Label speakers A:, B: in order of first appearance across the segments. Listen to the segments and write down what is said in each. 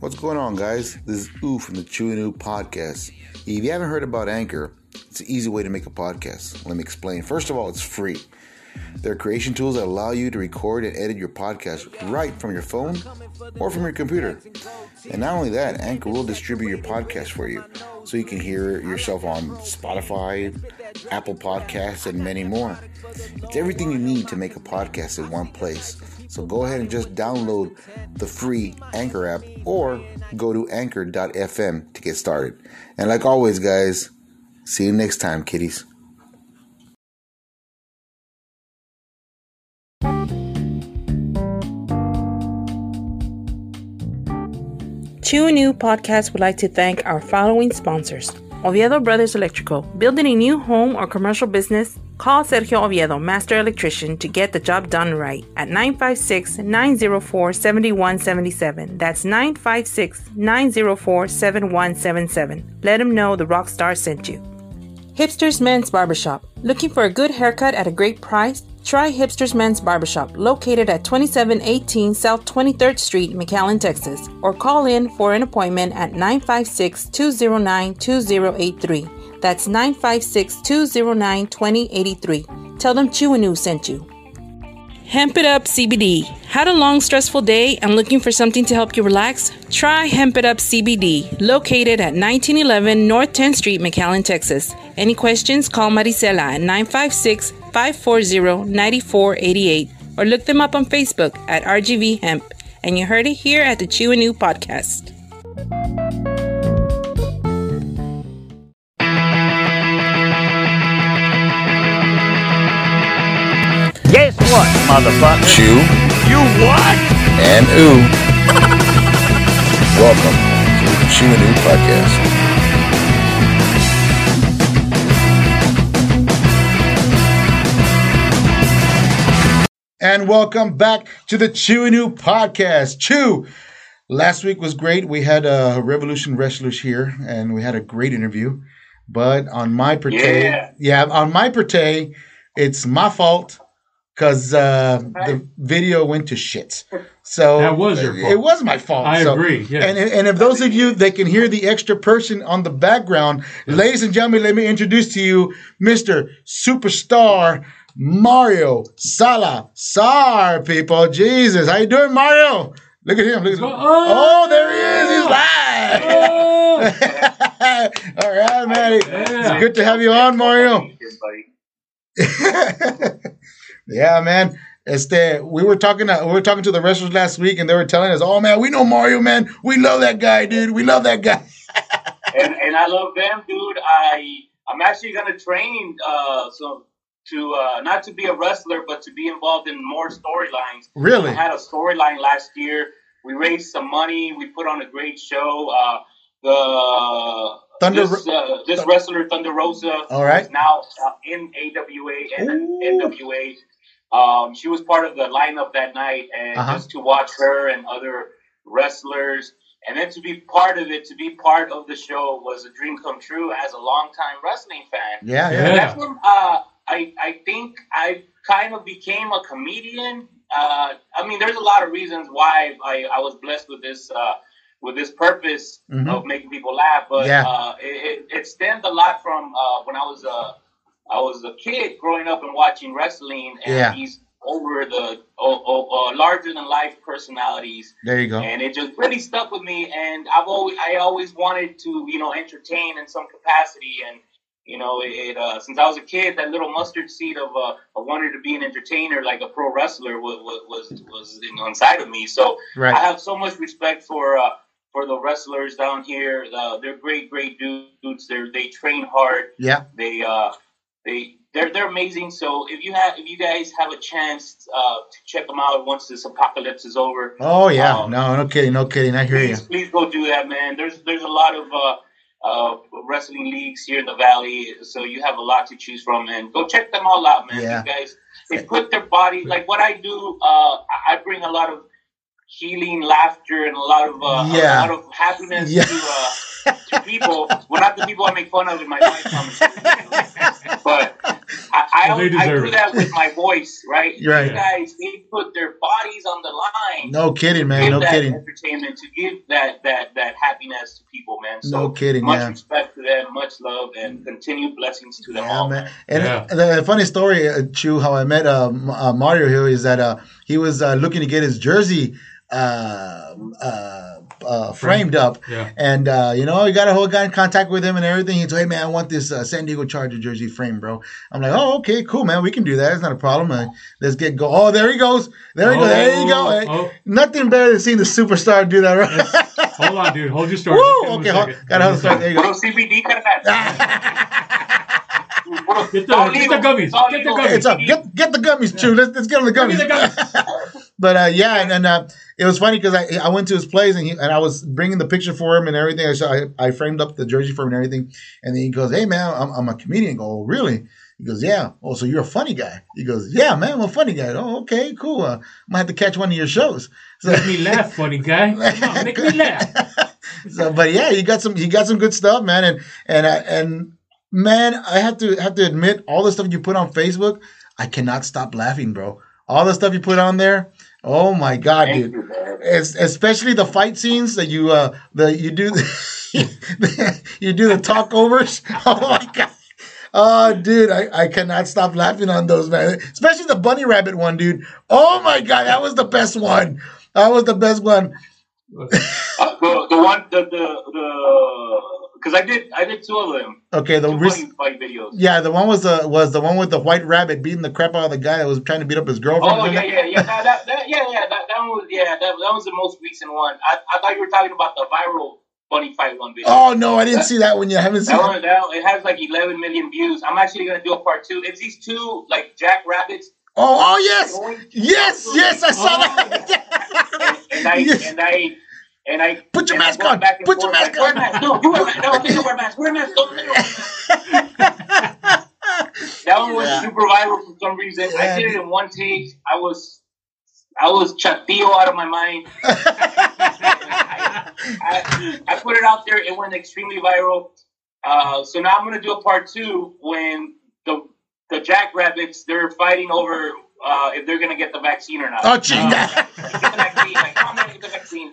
A: What's going on, guys? This is Oo from the Chewy New Podcast. If you haven't heard about Anchor, it's an easy way to make a podcast. Let me explain. First of all, it's free. There are creation tools that allow you to record and edit your podcast right from your phone or from your computer. And not only that, Anchor will distribute your podcast for you so you can hear yourself on Spotify, Apple Podcasts, and many more. It's everything you need to make a podcast in one place. So go ahead and just download the free Anchor app or go to anchor.fm to get started. And like always, guys, see you next time, kitties.
B: Chew New Podcast would like to thank our following sponsors Oviedo Brothers Electrical. Building a new home or commercial business? Call Sergio Oviedo, Master Electrician, to get the job done right at 956 904 7177. That's 956 904 7177. Let him know the Rockstar sent you. Hipsters Men's Barbershop. Looking for a good haircut at a great price? Try Hipsters Men's Barbershop, located at 2718 South 23rd Street, McAllen, Texas, or call in for an appointment at 956 209 2083. That's 956 209 2083. Tell them Chiwanu sent you. Hemp It Up CBD. Had a long, stressful day and looking for something to help you relax? Try Hemp It Up CBD, located at 1911 North 10th Street, McAllen, Texas. Any questions? Call Maricela at 956 540 9488 or look them up on Facebook at RGV Hemp. And you heard it here at the Chew and New podcast.
C: Guess what, motherfucker?
A: Chew
C: You what?
A: and ooh. Welcome to the Chew and Ooh Podcast. And welcome back to the Chew and Ooh Podcast. Chew! Last week was great. We had uh, Revolution Wrestlers here, and we had a great interview. But on my partay,
D: Yeah.
A: on my partay, it's my fault because uh, the video went to shit. So
E: That was your fault.
A: It was my fault.
E: I
A: So-
E: agree, yes.
A: And and if those of you that can hear the extra person on the background, ladies and gentlemen, let me introduce to you Mr. Superstar Mario Sala Sar. People, Jesus, how you doing, Mario? Look at him. Look at him. Oh,
E: Oh!
A: there he is. He's live.
E: Oh!
A: All right, man. It's good to have you on, Mario. yeah, man. Este, we were talking. To, we were talking to the wrestlers last week, and they were telling us, "Oh man, we know Mario, man. We love that guy, dude. We love that guy."
D: And, and I love them, dude. I I'm actually gonna train uh some to uh not to be a wrestler, but to be involved in more storylines.
A: Really?
D: I had a storyline last year. We raised some money. We put on a great show. Uh, the
A: Thunder-
D: this, uh, this wrestler Thunder Rosa,
A: All right.
D: is now uh, in AWA and
A: Ooh.
D: NWA. Um, she was part of the lineup that night, and
A: Uh-huh.
D: just to watch her and other wrestlers, and then to be part of it, to be part of the show was a dream come true as a longtime wrestling fan.
A: Yeah, yeah.
E: Yeah.
D: That's when uh, I I think I kind of became a comedian. Uh, I mean, there's a lot of reasons why I, I was blessed with this uh, with this purpose
A: Mhm.
D: of making people laugh. But
A: Yeah.
D: uh, it, it, it stemmed a lot from uh, when I was uh, I was a kid growing up and watching wrestling and
A: Yeah.
D: these over the oh, oh, uh, larger than life personalities
A: There you go.
D: and it just really stuck with me. And I've always, I always wanted to, you know, entertain in some capacity. And you know, it uh, since I was a kid, that little mustard seed of uh, I wanted to be an entertainer, like a pro wrestler, was was was you know, inside of me. So I
A: Right.
D: have so much respect for uh, for the wrestlers down here. Uh, they're great, great dudes. They they train hard
A: Yeah.
D: they uh they they're they're amazing. So if you have if you guys have a chance uh, to check them out once this apocalypse is over,
A: Oh yeah.
D: Um,
A: No, no kidding. No kidding. I hear you.
D: please, please go do that, man. There's there's a lot of uh, uh, wrestling leagues here in the valley, so you have a lot to choose from, and go check them all out, man.
A: Yeah.
D: You guys, they put their body like what I do. Uh, I I bring a lot of healing, laughter, and a lot of uh,
A: Yeah.
D: a lot of happiness
A: Yeah.
D: to. Uh, to people, well, not the people I make fun of in my life. comments. but I, I,
E: Well, they
D: don't- I
E: deserve
D: do
E: it.
D: that with my voice, right?
F: Right.
D: These guys, they put their bodies on the line.
F: No kidding,
D: to
F: man.
D: Give
F: No
D: that
F: kidding.
D: entertainment to give that that that happiness to people, man. So
F: No kidding,
D: Much
F: yeah.
D: respect to them, much love, and continued blessings to them
F: Yeah,
D: all,
F: man.
D: man.
F: And
E: Yeah.
F: the funny story, uh, Chu, how I met uh, M- uh, Mario here is that uh, he was uh, looking to get his jersey uh, uh, uh, framed up.
E: Yeah.
F: And, uh, you know, you got a whole guy in contact with him and everything. He told, hey, man, I want this uh, San Diego Charger jersey framed, bro. I'm like, oh, okay, cool, man. We can do that. It's not a problem. Uh, let's get go. Oh, there he goes. There he goes. There you go.
E: Oh,
F: Hey,
E: oh.
F: Nothing better than seeing the superstar do that, right?
E: Hold on, dude. Hold your story. Just give
F: Woo!
E: him a
F: Okay, hold,
E: second.
F: gotta hold the start. There you
D: Puro
F: go.
D: CBD kind of
F: Ah.
D: hat.
E: Get the-
D: All
E: get the
D: legal.
E: gummies.
D: It's all
E: Get the
D: legal.
E: gummies.
F: It's up. Get get the gummies, Chew. Let's, let's get on the
E: Give me
F: gummies.
E: the gummies.
F: But uh, yeah, and, and uh, it was funny because I, I went to his place and he, and I was bringing the picture for him and everything. I, saw, I I framed up the jersey for him and everything. And then he goes, "Hey man, I'm, I'm a comedian." I go, oh, really? He goes, "Yeah." Oh, so you're a funny guy? He goes, "Yeah, man, I'm a funny guy." Oh, okay, cool. Uh, I'm gonna have to catch one of your shows. So,
E: Make me laugh, funny guy. Come on, make me laugh.
F: so, but yeah, you got some you got some good stuff, man. And and I, and man, I have to have to admit all the stuff you put on Facebook, I cannot stop laughing, bro. All the stuff you put on there. Oh my god,
D: Thank
F: dude.
D: you, man.
F: Es- especially the fight scenes that you uh the you do you do the talkovers. Oh my god. Oh, dude, I, I cannot stop laughing on those, man. Especially the bunny rabbit one, dude. Oh my god, that was the best one. That was the best one.
D: Uh, the, the one the the the because I did I did two of them.
F: Okay, the
D: Two
F: re-
D: funny fight videos.
F: yeah, the one was the was the one with the white rabbit beating the crap out of the guy that was trying to beat up his girlfriend.
D: Oh yeah,
F: wasn't it?
D: yeah, yeah, that, that, that, yeah, yeah. That, that one was yeah. That, that was the most recent one. I, I thought you were talking about the viral bunny fight one video.
F: Oh no, I didn't see that one yet. I haven't seen
D: That
F: that.
D: one, that one- it has like 11 million views. I'm actually gonna do a part two. It's these two like jackrabbits,
F: Oh, oh yes, yes, yes, I saw
D: Oh.
F: that.
D: and I
F: Yes.
D: and I and I
F: Put your
D: and I
F: mask
D: go
F: on.
D: back and
F: Put your
D: forth,
F: mask
D: like,
F: on.
D: Wear a mask. No, you wear a mask. No, they don't wear a mask. Wear a mask. Don't, they don't wear a mask. that one was
F: Yeah.
D: super viral for some reason.
F: Yeah,
D: I did it in one take. I was I was chatillo out of my mind. I, I put it out there. It went extremely viral. Uh, so now I'm going to do a part two when the the jackrabbits they're fighting over uh, if they're going to get the vaccine or not.
F: oh, gee.
D: Get the vaccine, like, "No, I'm not gonna get the vaccine.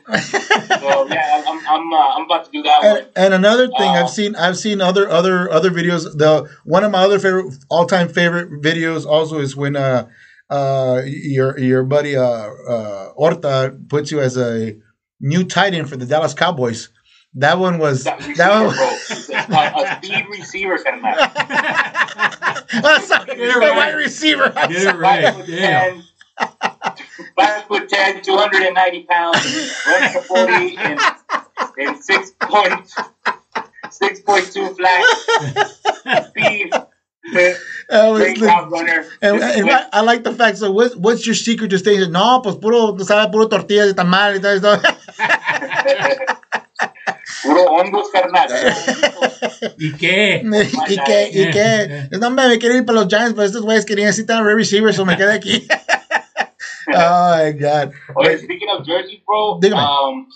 D: So yeah, I'm I'm, uh, I'm about to do that one.
F: and, and another thing
D: Uh,
F: I've seen I've seen other other other videos. The one of my other favorite all time favorite videos also is when uh uh your your buddy uh, uh Orta puts you as a new tight end for the Dallas Cowboys. That one was
D: That
F: that
D: receiver,
F: one.
D: bro. It's a, a speed receiver kind of match.
F: I'm sorry,
E: Get it
F: the
E: right.
F: wide receiver. I'm
E: Get it
F: sorry.
D: Five
E: right.
D: foot
E: Yeah.
D: ten. Five foot ten, 290 pounds, runs the 40 in, in six point, 6.2 flat speed.
F: That was
D: Great
F: the-
D: route runner.
F: And,
D: Just
F: and
D: quick.
F: I, I like the fact. So, what, what's your secret to staying? No, pues puro, tú sabes, puro tortillas y tamales. y todo
D: Oh
F: eso."
D: Puro hongos, carnal.
E: ¿Y qué?
F: y que, y que, no hombre, me quiero ir para los Giants, pero estos güeyes querían citar a receiver, so me quedé aquí. oh my god.
D: Oye, speaking of Jersey, bro,
F: Dígame.
D: um,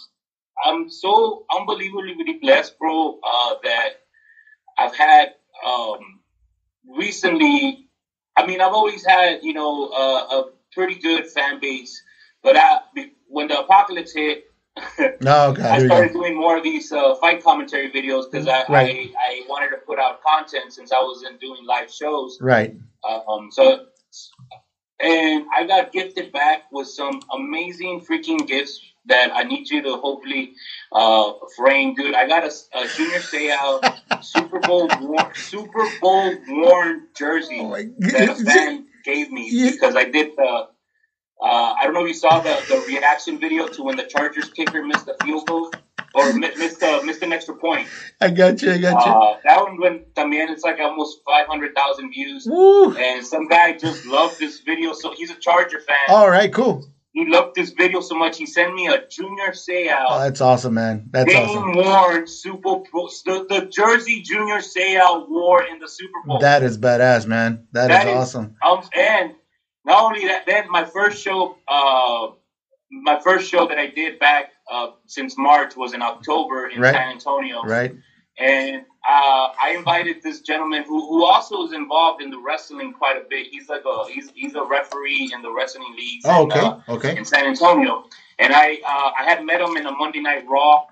D: I'm so unbelievably blessed, bro, uh, that I've had um, recently. I mean, I've always had, you know, uh, a pretty good fan base, but I, be- when the apocalypse hit,
F: No, god.
D: I
F: Here we go.
D: started doing more of these uh, fight commentary videos because I,
F: Right.
D: I, I wanted to put out content since I wasn't doing live shows.
F: Right.
D: Um, so, and I got gifted back with some amazing freaking gifts that I need you to hopefully uh, frame, dude. I got a, a Junior Seau Super Bowl worn, Super Bowl worn jersey
F: Oh my
D: that a
F: god.
D: fan gave me
F: Yeah.
D: because I did the. Uh, I don't know if you saw the, the reaction video to when the Chargers kicker missed the field goal or mi- missed, uh, missed an extra point.
F: I got you. I got
D: Uh, that one went, man, it's like almost 500,000 views.
F: you. Woo.
D: And some guy just loved this video. So he's a Charger fan.
F: All right. Cool.
D: He loved this video so much. He sent me a Junior
F: Oh,
D: Seau
F: that's awesome, man. That's awesome.
D: game worn Super Bowl. The, the jersey Junior Seau wore in the Super Bowl.
F: That is badass, man. that
D: That
F: is
D: is-
F: awesome.
D: um, and not only that, then my first show, uh, my first show that I did back uh, since March was in October in
F: Right.
D: San Antonio.
F: Right.
D: And uh, I invited this gentleman who, who also is involved in the wrestling quite a bit. He's like a he's, he's a referee in the wrestling leagues.
F: Oh,
D: in,
F: okay,
D: uh,
F: okay.
D: in San Antonio, and I uh, I had met him in a Monday Night Raw.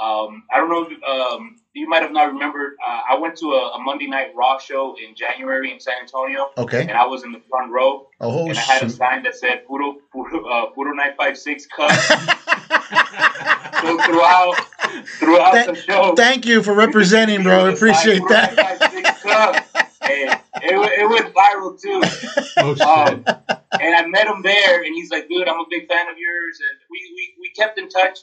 D: Um, I don't know. If, um, you might have not remembered. Uh, I went to a, a Monday Night Raw show in January in San Antonio,
F: Okay.
D: and I was in the front row,
F: Oh,
D: and I had a
F: shoot.
D: sign that said "Puro Puro uh, Puro Nine Five Six Cup." so throughout throughout the show,
F: Thank, thank you for representing, bro. I
D: it was like,
F: appreciate
D: "Puro
F: that.
D: 956 Cup." and it, wa- it went viral too.
E: Oh, shit.
D: Um, and I met him there, and he's like, "Dude, I'm a big fan of yours," and we, we, we kept in touch.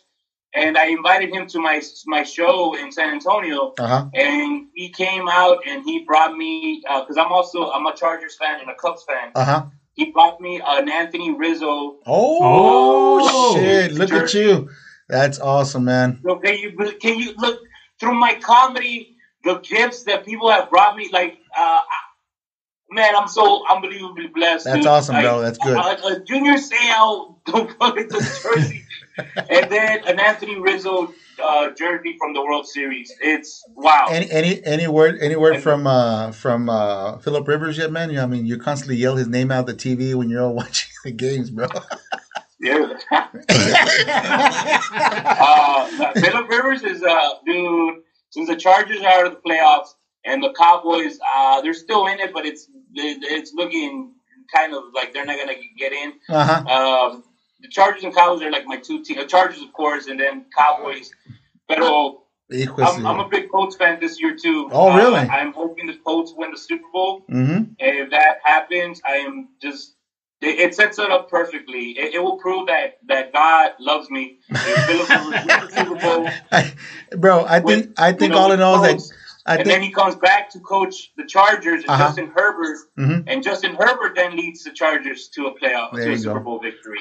D: And I invited him to my my show in San Antonio,
F: Uh huh.
D: and he came out and he brought me because I'm also I'm a Chargers fan and a Cubs fan.
F: Uh huh.
D: He brought me an Anthony Rizzo.
F: Oh,
E: Oh.
F: shit! Look at you. That's awesome, man.
D: So can you can you look through my comedy the gifts that people have brought me? Like, uh, I- man, I'm so unbelievably blessed.
F: That's
D: dude.
F: awesome,
D: Like,
F: bro. That's good.
D: A, a junior sale, don't put it this jersey, and then an Anthony Rizzo uh, jersey from the World Series. It's wow.
F: Any any any word any word from uh from uh Philip Rivers yet, man? You I mean you constantly yell his name out the TV when you're all watching the games, bro. Uh-huh.
D: yeah. uh, Philip Rivers is uh, dude. Since the Chargers are out of the playoffs and the Cowboys, uh, they're still in it, but it's it- it's looking kind of like they're not gonna get in.
F: Uh huh.
D: Um, the Chargers and Cowboys are like my two teams. The Chargers, of course, and then Cowboys. But I'm, I'm a big Colts fan this year too.
F: Oh,
D: Uh,
F: really?
D: I'm hoping the Colts win the Super Bowl.
F: Mm-hmm.
D: And if that happens, I am just. It, it sets it up perfectly. It, it will prove that that God loves me. If Philip Rivers wins the Super Bowl,
F: Bro, I
D: with-
F: think I
D: you
F: think
D: know,
F: all
D: with
F: in all that
D: Colts,
F: I
D: and then
F: think
D: he comes back to coach the Chargers and
F: Uh-huh.
D: Justin Herbert,
F: Mhm.
D: and Justin Herbert then leads the Chargers to a playoff
F: There
D: to
F: you
D: a Super
F: go.
D: Bowl victory.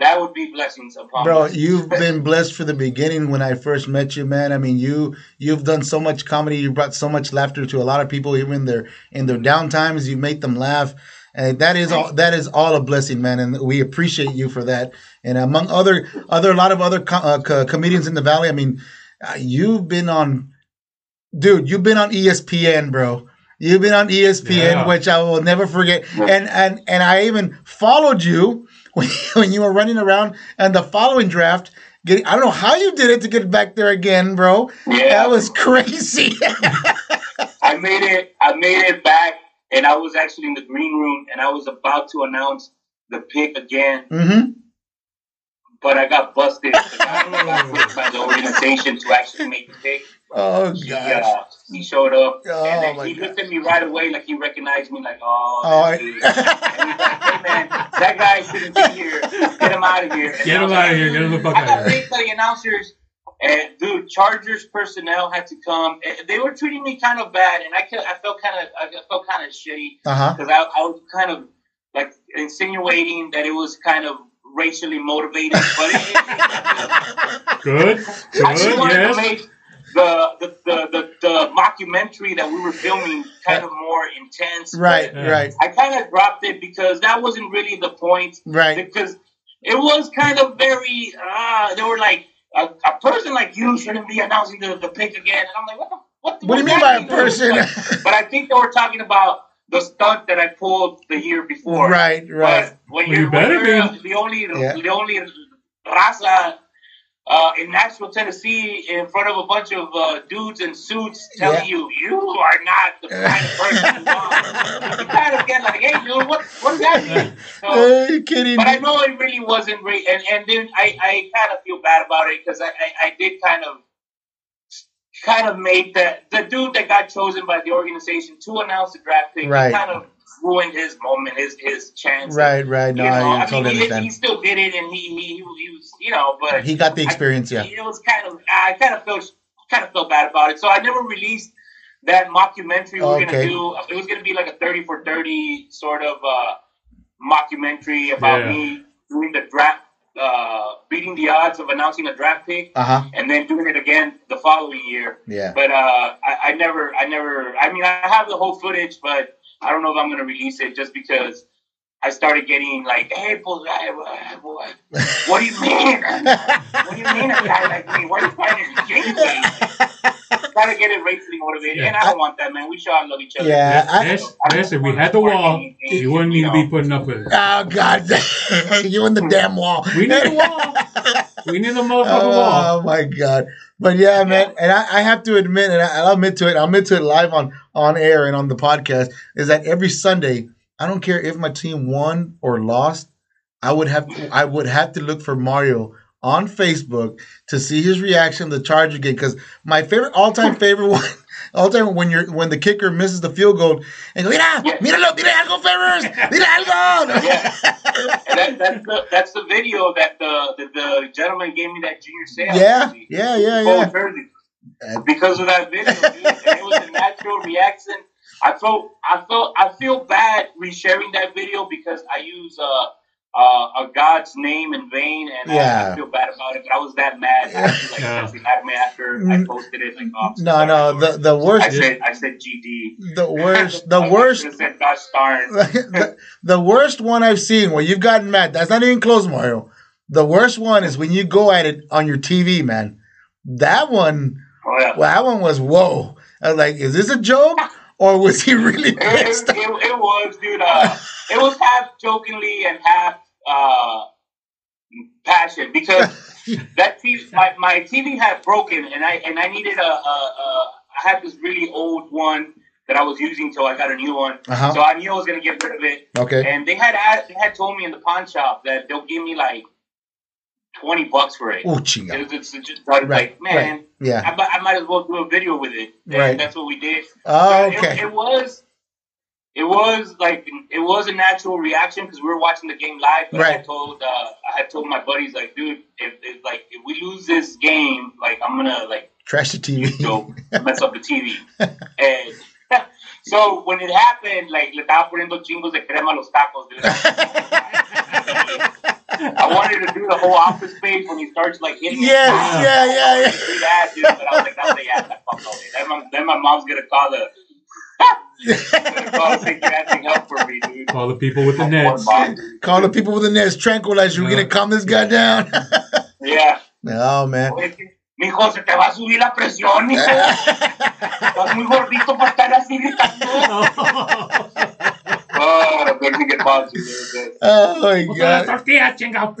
D: That would be blessings upon
F: Bro,
D: us.
F: you've been blessed for the beginning when I first met you, man. I mean, you you've done so much comedy, you brought so much laughter to a lot of people, even in their in their down times. You made them laugh, and that is all that is all a blessing, man. And we appreciate you for that. And among other other a lot of other co- uh, co- comedians in the valley, I mean, uh, you've been on, dude, you've been on E ESPN, bro. You've been on E ESPN,
E: Yeah.
F: which I will never forget. And and and I even followed you when, when you were running around and the following draft. Getting, I don't know how you did it to get back there again, bro.
D: Yeah.
F: That was crazy.
D: I made it. I made it back, and I was actually in the green room, and I was about to announce the pick again,
F: hmm
D: but I got busted. I got picked by the organization to actually make the pick.
F: Oh gosh.
D: He, uh, he showed up,
F: Oh,
D: and
F: my
D: then he
F: God.
D: looked at me right away like he recognized me, like, oh,
F: Oh, I-
D: that dude. And he's like, hey, man, that guy shouldn't be here. Get him out of here. And
E: Get
D: I was
E: him
D: like,
E: out of here. Get him the fuck
D: I
E: out
D: got
E: of here.
D: picked by the announcers. And dude, Chargers personnel had to come. And They were treating me kind of bad, and I, ke- I felt kind of, I felt kind of shitty
F: Uh huh.
D: because I, I was kind of like insinuating that it was kind of racially motivated, but it, it,
E: Good. Good.
D: I just wanted to
E: Yes.
D: make the the, the, the the mockumentary that we were filming kind of more intense. but
F: Right.
E: Yeah.
F: Right.
D: I kind of dropped it because that wasn't really the point.
F: Right.
D: Because it was kind of very. Uh, they were like a, a person like you shouldn't be announcing the, the pick again, and I'm like, what the what? the-
F: What do you mean
D: does
F: by
D: that
F: a person?
D: Like, but I think they were talking about the stunt that I pulled the year before.
F: Right. Right.
D: But when
E: Well,
D: you're,
E: you better
D: when you're
E: be.
D: the only
F: Yeah.
D: the only raza uh, in Nashville, Tennessee, in front of a bunch of uh, dudes in suits, telling
F: Yeah.
D: you you are not the kind of person you want. you kind of get like, hey, dude, what what does that mean? So,
F: Are you kidding?
D: uh, but I
F: me?
D: know it really wasn't great, and and then I I kind of feel bad about it because I, I I did kind of kind of made the the dude that got chosen by the organization to announce the draft pick. it
F: Right.
D: kind of ruined his moment, his his chance.
F: Right. Right. No,
D: You know,
F: I,
D: I,
F: totally
D: mean, he, he
F: understand.
D: still did it, and he, he he was, you know, but
F: He got the experience. Yeah.
D: it was kind of I kind of felt kind of felt bad about it. So I never released that mockumentary we were
F: Okay.
D: gonna do. It was gonna be like a thirty for thirty sort of uh, mockumentary about
E: Yeah.
D: me doing the draft, uh, beating the odds of announcing a draft pick,
F: Uh huh.
D: and then doing it again the following year.
F: Yeah.
D: But uh, I, I never, I never. I mean, I have the whole footage, but I don't know if I'm gonna release it just because I started getting like, "Hey, boy, I- I- what, what do you mean? What do you mean a guy like me? Where are you finding gay trying to get it racially motivated,
E: Yeah.
D: and I don't want that, man. We should all love each other.
F: Yeah, I-
E: Yes, yes, if we had the wall, we wouldn't need to be putting up with it.
F: Oh God, you and the damn wall.
E: We need a wall. We need a motherfucking wall.
F: Oh my God. But yeah, man, and I, I have to admit, and I, I'll admit to it, I'll admit to it live on on air and on the podcast, is that every Sunday, I don't care if my team won or lost, I would have I would have to look for Mario on Facebook to see his reaction to the Charger game because my favorite all time favorite one. All time when you're when the kicker misses the field goal and go, mira, míralo, mira algo, Ferrers, mira algo.
D: Yeah. and that, that's the that's the video that the, the the gentleman gave me that junior sale.
F: Yeah, yeah, yeah, yeah.
D: jersey. Because of that video, dude, and it was a natural reaction. I felt I felt I feel bad resharing that video because I use uh, uh, a God's name in vain, and I- I,
F: Yeah.
D: feel bad about it. But I was that mad, I was like
E: Yeah.
D: actually mad at me after I posted it. Like, oh, I'm so
F: Mm. No,
D: sorry,
F: no,
D: Lord.
F: the the
D: I
F: worst,
D: said I said GD.
F: the worst, the
D: I
F: worst.
D: should've Said gosh darn.
F: the, the worst one I've seen where you've gotten mad. That's not even close, Mario. The worst one is when you go at it on your TV, man. That one,
D: Oh, yeah.
F: well, that one was whoa. I was like, is this a joke or was he really
D: it,
F: pissed?
D: it, it, it was, dude. Uh, it was half jokingly and half uh, passion because that TV, my, my TV had broken, and I and I needed a, a, a I had this really old one that I was using till I got a new one,
F: Uh-huh.
D: so I knew I was gonna get rid of it.
F: Okay.
D: And they had asked, they had told me in the pawn shop that they'll give me like twenty bucks for it.
F: Oh,
D: It
F: chinga.
D: was- it's just I was
F: Right,
D: like, man,
F: right. Yeah.
D: I, mi- I might as well do a video with it. And
F: Right.
D: That's what we did.
F: Oh,
D: It-
F: okay.
D: It, was, it was like it was a natural reaction because we were watching the game live. But I
F: Right.
D: told uh, I had told my buddies like, dude, if, if like if we lose this game, like I'm gonna like
F: Trash the TV.
D: go mess up the TV. And so when it happened, like le estaba poniendo chingos de crema a los tacos, dude. I wanted to do the whole office space when he starts like hitting. me.
F: Yes, yeah, yeah, yeah.
D: Do that, dude. But I was like, that's the ass. That fuck over. Then my, then my mom's gonna call the. gonna call the acting up for me, dude.
E: All the people with the
D: Fuck
E: nets.
D: mom, dude.
F: Call the people with the nets, tranquilizer. We're gonna calm this guy down.
D: Yeah.
F: oh man. Oh,
D: Mijo, se te va a subir la presión, hijo. Estás muy gordito para estar así gritando. Oh, that makes me get bothered, dude.
F: Oh my god.
E: Tortilla, chingao.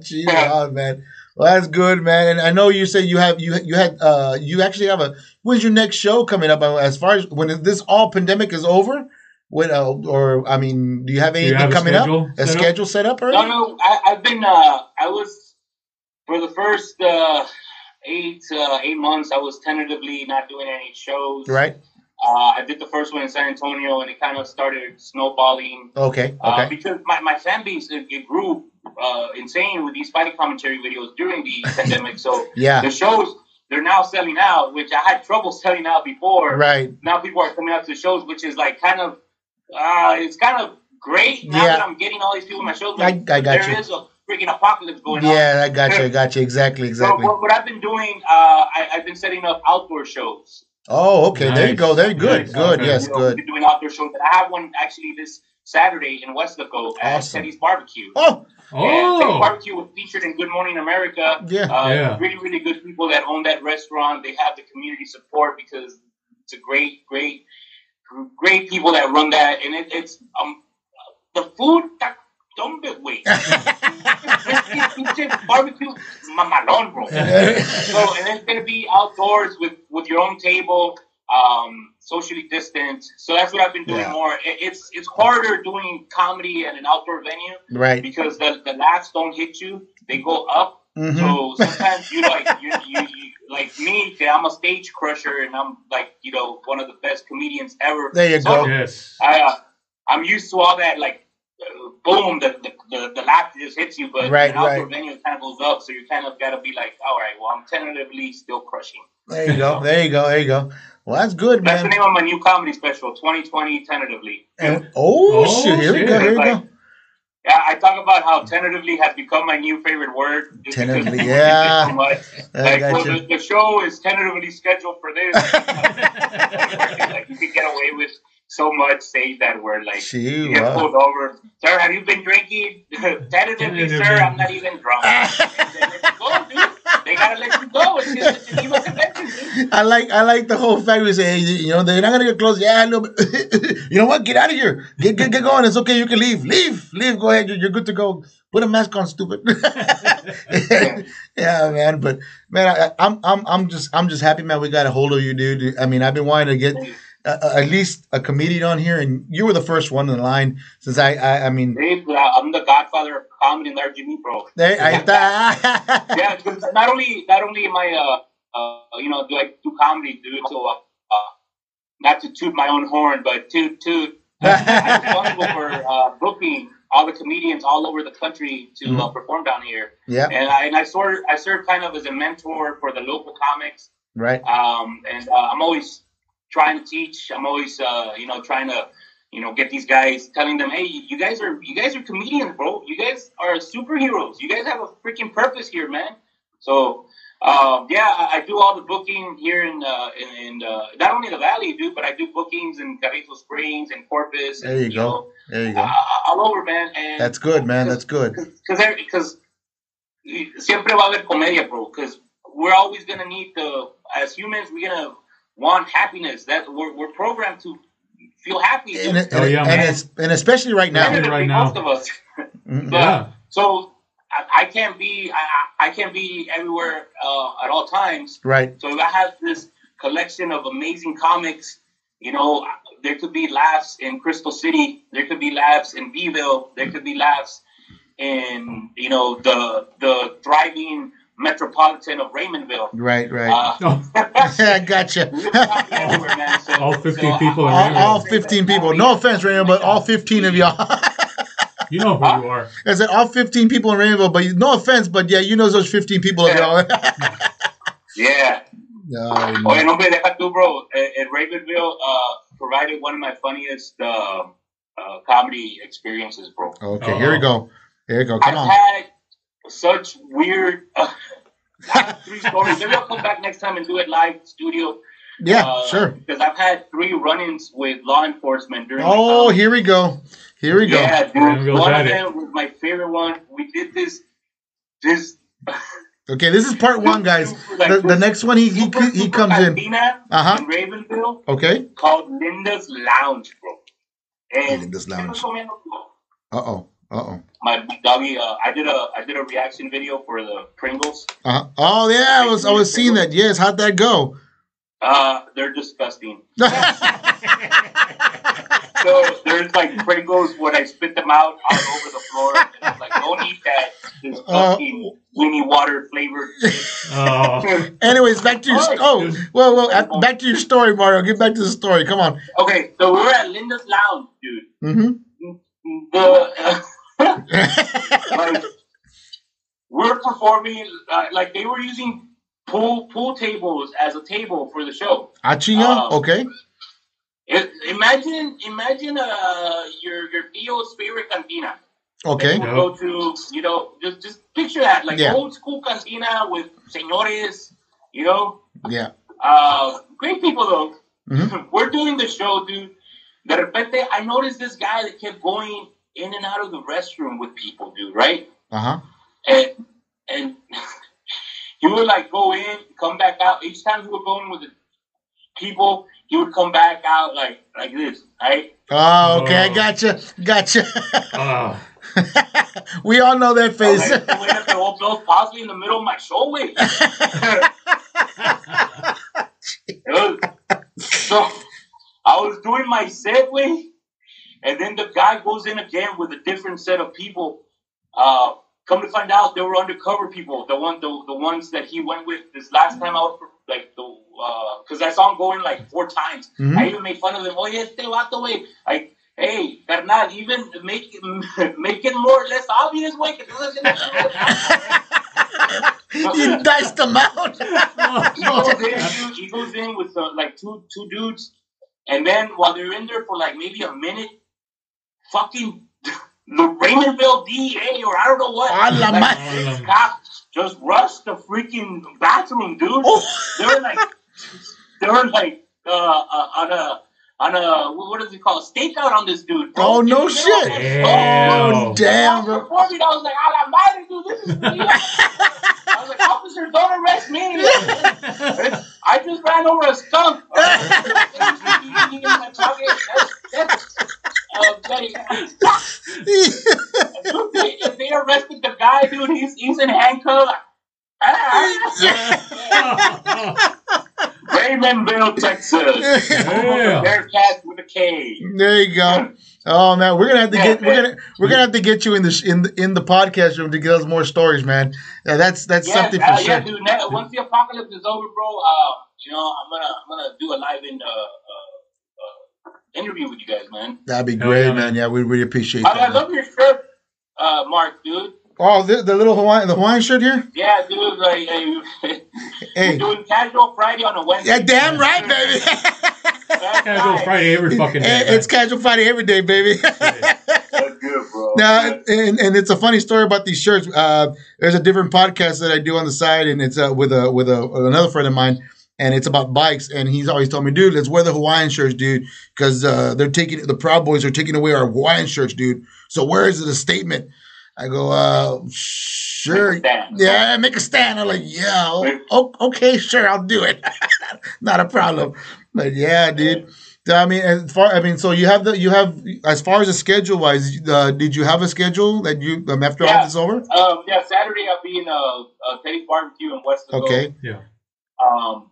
F: Jeez, oh, man. Well, that's good, man. And I know you say you have you you had uh you actually have a when's your next show coming up? Uh, As far as when this all pandemic is over, when uh, or I mean, do you have anything
E: have a
F: coming up?
E: schedule
F: A
E: set up?
F: schedule set up already?
D: No, no, I, I've been, uh, I was, for the first uh, eight, uh, eight months, I was tentatively not doing any shows.
F: Right?
D: Uh, I did the first one in San Antonio, and it kind of started snowballing
F: Okay. Okay.
D: uh, because my, my fan base it, it grew uh, insane with these fighting commentary videos during the pandemic. So
F: yeah.
D: the shows they're now selling out, which I had trouble selling out before.
F: Right.
D: Now people are coming out to the shows, which is like kind of uh, it's kind of great now
F: Yeah.
D: that I'm getting all these people in my shows.
F: I- I got
D: there
F: you.
D: is a freaking apocalypse going on.
F: Yeah, I got you. I got you. Exactly. Exactly.
D: So what, what I've been doing, uh, I, I've been setting up outdoor shows.
F: Oh, okay. There you
E: Nice.
F: go. There. Good.
E: Nice.
F: Good.
E: Okay.
F: Yes.
D: you know, we've
F: Good.
D: been doing outdoor shows. And I have one actually this Saturday in Westlaco at
F: Awesome.
D: Teddy's Barbecue. And
F: Oh,
D: Teddy's
E: Oh,
D: Barbecue was featured in Good Morning America.
F: Yeah.
D: Uh,
E: Yeah.
D: Really, really good people that own that restaurant. They have the community support because it's a great, great, great people that run that. And it, it's um the food that don't be wait. barbecue mamalon, bro. so and it's gonna be outdoors with with your own table, um, socially distanced. So that's what I've been doing
F: Yeah.
D: more. It, it's it's harder doing comedy at an outdoor venue
F: right.
D: because the, the laughs don't hit you; they go up.
F: hmm
D: So sometimes you like you, you, you like me. okay, I'm a stage crusher, and I'm like you know one of the best comedians ever.
F: There you
D: So
F: go.
E: yes.
D: I, uh, I'm used to all that like uh, boom, the, the, the, the laugh just hits you, but
F: Right,
D: an outdoor
F: right.
D: venue kind of goes up, so you kind of got to be like, all right, well, I'm tentatively still crushing.
F: There you go. There you go. There you go. Well, that's good,
D: That's the
F: man.
D: name of my new comedy special, 2020 tentatively.
F: And, oh,
E: Oh,
F: shit! Here we
E: shit.
F: go. Here we
D: Like,
F: go.
D: Yeah, I talk about how tentatively has become my new favorite word. just because
F: Tentatively,
D: people use it
F: yeah.
D: so much.
F: I
D: Like,
F: got
D: well, the,
F: you.
D: the show is tentatively scheduled for this. like, you can get away with so much saying that word. Like,
F: Gee,
D: you get
F: wow.
D: pulled over. Sir, have you been drinking? tentatively, sir, I'm not even drunk. they, let you go, dude. they gotta let you go. It's just the Geneva Convention, dude.
F: I like I like the whole fact we say, hey, you know, they're not gonna get close. Yeah, a little bit. you know what? Get out of here. Get, get get going. It's okay. You can leave. Leave. Leave. Go ahead. You're, you're good to go. Put a mask on, stupid. yeah, man. But man, I, I'm I'm I'm just I'm just happy, man. We got a hold of you, dude. I mean, I've been wanting to get uh, at least a comedian on here, and you were the first one in line. Since I I, I mean,
D: Dave, uh, I'm the godfather of comedy in the RGB, bro.
F: they, I thought.
D: yeah, 'cause not only not only am I uh, uh you know do I do comedy, do it so uh, uh, not to toot my own horn, but toot toot. I'm responsible for uh, booking all the comedians all over the country to uh, perform down here,
F: yeah.
D: and I and I sort I serve kind of as a mentor for the local comics.
F: Right.
D: Um, and uh, I'm always trying to teach. I'm always, uh, you know, trying to, you know, get these guys, telling them, hey, you you guys are, you guys are comedians, bro. You guys are superheroes. You guys have a freaking purpose here, man. So, um, yeah, I, I do all the booking here in, uh, in, in uh, not only the Valley, dude, but I do bookings in Carrizo Springs and Corpus.
F: There
D: and,
F: you go. There you
D: know,
F: go.
D: uh, all over, man. And
F: That's good, man. That's good.
D: because because siempre va a haber comedia, bro. Because we're always gonna need the as humans, we're gonna want happiness. That we're, we're programmed to feel happy.
F: And, it-
E: Oh, yeah,
F: and
E: man.
F: it's and especially right now.
D: Definitely
E: Right now. Mm-hmm.
D: most of us.
F: Mm,
D: But-
E: Yeah.
D: So I, I can't be I, I I can't be everywhere uh, at all times.
F: Right.
D: So if I have this collection of amazing comics, you know, there could be laughs in Crystal City, there could be laughs in Beeville, there could be laughs in you know the the thriving metropolitan of Raymondville.
F: Right. Right.
D: Uh,
E: Oh,
F: I gotcha.
D: we have comedy everywhere, man. So-
E: All 15 people
D: I-
E: in
F: all, all
E: Raymondville.
F: 15 people. No offense, Raymond, but all 15 of y'all.
E: you know who you are.
F: I said all 15 people in Rainbow, but you- no offense, but yeah, you know those 15 people of y'all.
D: Yeah.
F: No,
D: Oye,
F: no.
D: no me deja tú, bro. Eh, eh, Ravenville uh, provided one of my funniest uh, uh, comedy experiences, bro.
F: okay, here we go. Here we go. Come
D: I've
F: on.
D: had such weird uh, three stories. Maybe I'll come back next time and do it live studio.
F: Yeah,
D: uh,
F: sure.
D: Because I've had three run-ins with law enforcement during. my
F: Oh,
D: time.
F: here we go. Here we go.
D: Yeah, dude.
E: Ravenville's
D: One
E: at
D: of
E: it.
D: them was my favorite one. We did this. This.
F: Okay, this is part one, guys. The, the next one, he he,
D: super,
F: he
D: super
F: comes in.
D: Latina
F: Uh-huh.
D: in Ravenville.
F: Okay.
D: called Linda's Lounge, bro. And
F: Linda's
D: I
F: Lounge.
D: recommend-
F: Uh oh. Uh oh.
D: My doggy, uh, I did a I did a reaction video for the Pringles.
F: Uh-huh. Oh yeah, I was I was seeing that. Yes, how'd that go?
D: Uh, they're disgusting. So there's like Pringles when I spit them out all over the floor. And it's like don't eat that disgusting weenie water flavored.
E: Oh,
F: Anyways, back to your st- oh well well uh, back to your story, Mario. Get back to the story. Come on.
D: Okay, so we were at Linda's Lounge, dude.
F: Mm-hmm.
D: The uh, like we're performing uh, like they were using pool pool tables as a table for the show.
F: Achillo.
D: Um,
F: Okay.
D: I- Imagine, imagine uh, your your Theo's favorite cantina.
F: Okay.
D: You go to, you know, just just picture that, like
F: Yeah.
D: old school cantina with señores, you know,
F: Yeah.
D: uh, great people though.
F: Mhm.
D: We're doing the show, dude. De repente, I noticed this guy that kept going in and out of the restroom with people, dude. Right,
F: Uh huh.
D: and and he would like go in, come back out. Each time he would go in with the people, he would come back out like like this, right?
F: Oh, okay, I
E: Oh.
F: gotcha, gotcha.
E: oh.
F: we all know that face.
D: Like, the way that they all built possibly in the middle of my show wait. It was- so I was doing my segue, and then the guy goes in again with a different set of people. Uh, come to find out, they were undercover people. The one, the, the ones that he went with this last time I was like the uh, because I saw him going like four times. I even made fun of him. Oh yes, este vato, way. Like, hey, carnal, even make make it more less obvious, way.
F: you diced them out.
D: he goes in, he goes in with uh, like two two dudes, and then while they're in there for like maybe a minute, fucking the Raymondville DA or I don't know what,
F: A la
D: like,
F: ma-
D: these cops just rushed the freaking bathroom, dude.
F: Oh.
D: They were like, they were like uh, uh, on a on a what is it called stakeout on this dude. bro.
F: Oh, no
D: In the middle of
F: shit.
D: the show.
E: Damn.
D: I
F: Damn,
D: was
F: bro.
D: performing, I was like, I got mad dude. This is I was like, officer, don't arrest me. I just ran over a skunk. All right. You eating my target? That's, that's, uh, buddy, dude, uh, they, if they arrested the guy, dude, he's, he's in handcuffs. Ah. Raymondville, Texas.
E: Yeah.
D: Bearcats with a K.
F: There you go. Oh man, we're gonna have to
D: Yeah,
F: get we're
D: man.
F: gonna we're gonna have to get you in the sh- in the, in the podcast room to get us more stories, man. Yeah, that's that's
D: Yeah,
F: something for
D: uh,
F: sure.
D: yeah, dude. Now, once the apocalypse is over, bro, uh, you know, I'm gonna I'm gonna do a live in, uh, uh, uh, interview with you guys, man.
F: That'd be
E: Hell
F: great,
E: yeah,
F: man.
E: man.
F: Yeah, we really appreciate
D: I, I
F: that. man.
D: love your shirt, uh, Mark, dude.
F: Oh, the, the little Hawaiian the Hawaiian shirt here.
D: Yeah, dude. Like, uh,
F: Hey,
D: doing casual Friday on a Wednesday.
F: yeah, damn right, baby.
D: That's
E: Casual
D: nice.
E: Friday every fucking day.
F: Hey, it's casual Friday every day, baby.
D: That's good, bro.
F: Now, and, and it's a funny story about these shirts. Uh, there's a different podcast that I do on the side, and it's uh, with a with a, another friend of mine, and it's about bikes. And he's always told me, dude, let's wear the Hawaiian shirts, dude, because uh, they're taking the Proud Boys are taking away our Hawaiian shirts, dude. So where is the statement? I go, uh, sure,
D: Make a stand.
F: yeah, make a stand. I'm like, yeah, o- o- okay, sure, I'll do it. Not a problem. But yeah, dude. So, I mean, as far I mean, so you have the you have as far as the schedule wise, uh, did you have a schedule that you um, after all
D: Yeah.
F: this is over?
D: Um, yeah, Saturday I'll be in uh, uh, Teddy's Barbecue in West. Lago.
F: Okay,
E: yeah.
D: Um,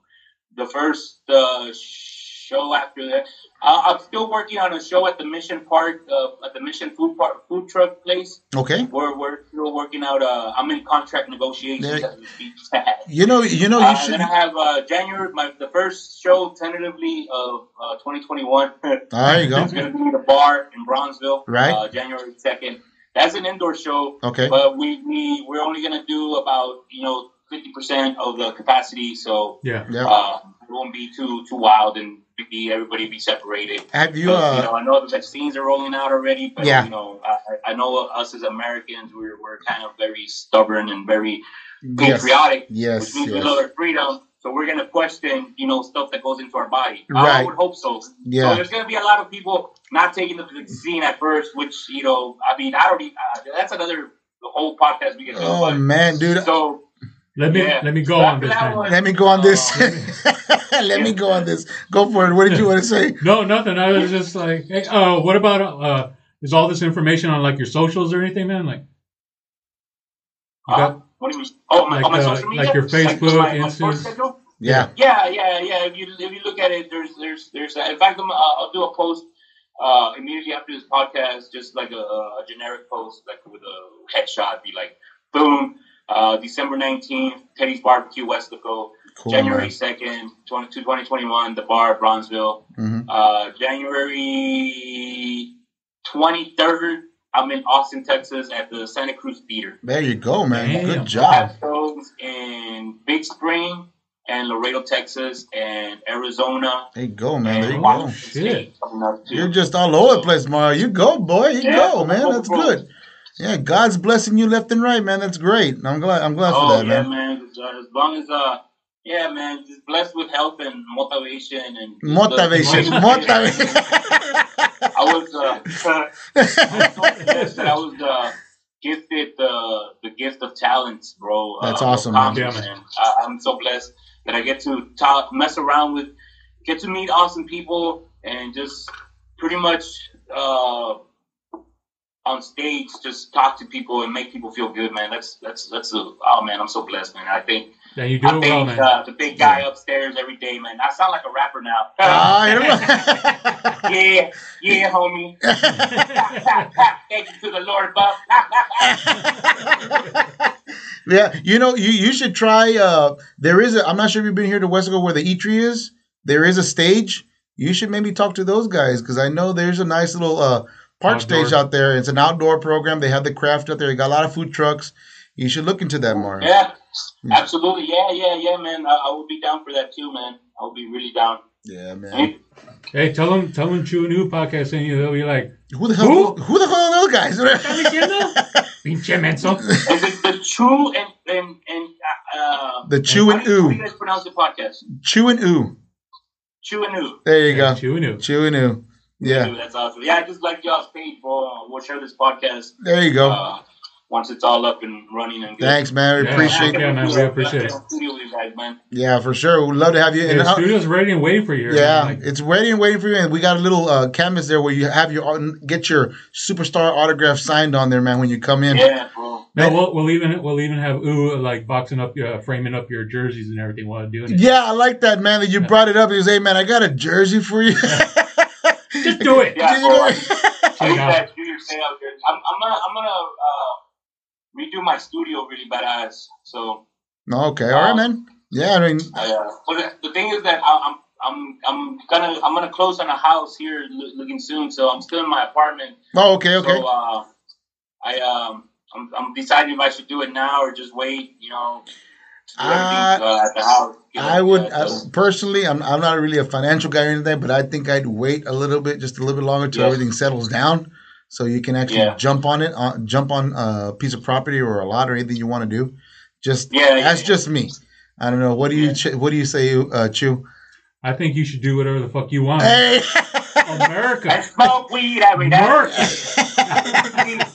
D: the first uh, show after that, I I'm still working on a show at the Mission Park, uh, at the Mission Food Park food truck place.
F: okay.
D: We're we're still working out. Uh, I'm in contract negotiations
F: There-
D: as we speak.
F: You know, you know, you
D: Uh,
F: should.
D: then I have uh, January, my the first show tentatively of uh, 2021.
F: there you go.
D: It's going to be the bar in Bronzeville,
F: Right.
D: Uh, January second. That's an indoor show,
F: Okay,
D: but we we we're only going to do about you know fifty percent of the capacity, so
E: Yeah.
F: yeah.
D: uh, it won't be too too wild and be everybody be separated.
F: Have you?
D: You, you know,
F: Uh,
D: I know the vaccines are rolling out already, but
F: Yeah.
D: you know, I, I know us as Americans, we're we're kind of very stubborn and very
F: yes,
D: patriotic,
F: yes,
D: which means we
F: yes.
D: love our freedom. So we're gonna question, you know, stuff that goes into our body. I
F: Right.
D: would hope so. So
F: Yeah,
D: there's gonna be a lot of people not taking the vaccine at first, which you know, I mean, I don't. Even, uh, that's another whole podcast we can do.
F: Oh
D: but-
F: man, dude,
D: So
E: Let me
D: Yeah.
E: let me go
D: So
E: on
D: after
E: this.
D: that
E: Man.
D: one-
F: let me go on this. let me
D: Uh, Yeah.
F: go on this. Go for it. What did you want to say?
E: No, nothing. I was just like, hey, uh, what about uh, is all this information on like your socials or anything, man? Like, you
D: Uh,
E: got-
D: what do you mean? Oh, my,
E: Like,
D: on my
E: uh,
D: social media,
E: like your Facebook,
D: my, my
E: Insta.
D: sports schedule?
F: Yeah.
D: Yeah, yeah, yeah. If you if you look at it, there's there's there's. In fact, I'm, uh, I'll do a post uh, immediately after this podcast, just like a, a generic post, like with a headshot, be like, boom, uh, December nineteenth, Teddy's Barbecue, Westlaco,
F: Cool,
D: January
F: man.
D: second, 2021, the bar, Bronzeville.
E: Mm-hmm.
F: Mhm.
D: Uh, January twenty third, I'm in Austin, Texas, at the Santa Cruz Theater.
F: There you go, man.
E: Damn.
F: Good
D: I
F: job.
D: have shows in Big Spring and Laredo, Texas, and Arizona,
F: There you go, man. There
D: and
F: you
D: Washington
F: go.
D: State. coming up, too.
F: You're just all over the place, Mario. You go, boy. You
D: Yeah,
F: go,
D: go,
F: man.
D: go,
F: That's
D: go.
F: good. Yeah, God's blessing you left and right, man. That's great. I'm glad. I'm glad
D: oh
F: for that,
D: yeah,
F: man.
D: man. As long as uh, yeah, man, just blessed with health and motivation and
F: Motivation, motivation.
D: I was uh, I was so blessed that I was uh, gifted the the gift of talents, bro.
F: That's
D: uh,
F: awesome,
D: of comedy,
E: man.
D: man. I, I'm so blessed that I get to talk, mess around with, get to meet awesome people, and just pretty much uh, on stage, just talk to people and make people feel good, man. That's that's that's a, oh man, I'm so blessed, man. I think
E: yeah, you do
D: I
E: it well,
D: think
E: man.
D: uh, the big guy upstairs every day, man. I sound like a rapper now.
F: Ah, you know-
D: yeah, yeah, homie. Thank you to the Lord, Bob.
F: yeah, you know, you you should try. Uh, there is a. I'm not sure if you've been here to Wesco where the eatery is. There is a stage. You should maybe talk to those guys because I know there's a nice little uh, park
E: Outdoor.
F: stage out there. It's an outdoor program. They have the craft out there. They got a lot of food trucks. You should look into that more.
D: yeah, absolutely. Yeah, yeah, yeah, man. I, I would be down for that too, man. I would be really down.
F: Yeah, man.
D: Hey,
E: hey, tell them tell them Chew New podcast and you they'll be like,
F: Who the hell? Who,
E: Who?
F: the hell are those guys?
E: pinche menso.
D: Is it the Chew and and and uh,
F: the Chew
D: how
F: and
D: do you- how do you
F: Ooh,
D: guys pronounce the podcast?
F: Chew and Ooh.
D: Chew and Ooh.
F: There you go,
E: Chew New.
F: Chew and Ooh. Yeah,
D: Dude, that's awesome. Yeah, I just like y'all's page, bro. We'll share this podcast.
F: there you go.
D: Uh, once it's all up and running and good.
F: Oh. Thanks, man. We
E: Yeah.
F: appreciate
E: Yeah, man, we appreciate it.
D: Studio you guys, man.
F: Yeah, for sure. We'd love to have you.
E: Yeah,
F: And
E: the
F: how-
E: studio's ready and waiting for you. man.
F: yeah,
E: Like,
F: it's ready and waiting for you. And we got a little uh, canvas there where you have your au- get your superstar autograph signed on there, man. When you come in,
D: Yeah, bro.
E: no, we'll, we'll even we'll even have ooh like boxing up, uh, framing up your jerseys and everything while doing it.
F: Yeah, I like that, man. That you brought it up. He was, "Hey, man, I got a jersey for you."
E: Just do it.
D: Yeah, bro. I
E: Check
D: wish
E: it out.
D: that studio stayed out there. I'm, I'm gonna, I'm gonna uh, redo my studio really badass. So,
F: okay, all right, man. Yeah, I mean,
D: uh, but the thing is that I, I'm, I'm, I'm gonna, I'm gonna close on a house here lo- looking soon. So I'm still in my apartment.
F: oh, okay, okay.
D: So, uh, I, um, I'm, I'm deciding if I should do it now or just wait. You know, to do
F: I-
D: everything, uh, at the house. you know,
F: I would
D: yeah,
F: I,
D: so-
F: personally. I'm, I'm not really a financial guy or anything, but I think I'd wait a little bit, just a little bit longer till
D: Yeah.
F: everything settles down, so you can actually
D: Yeah.
F: jump on it, uh, jump on a piece of property or a lot or anything you want to do. Just
D: Yeah, yeah,
F: that's
D: yeah.
F: just me. I don't know. What do you ch- What do you say, uh, Chew?
E: I think you should do whatever the fuck you want.
F: Hey,
D: I
E: America,
D: smoke weed every day.
E: Work.
D: Yeah.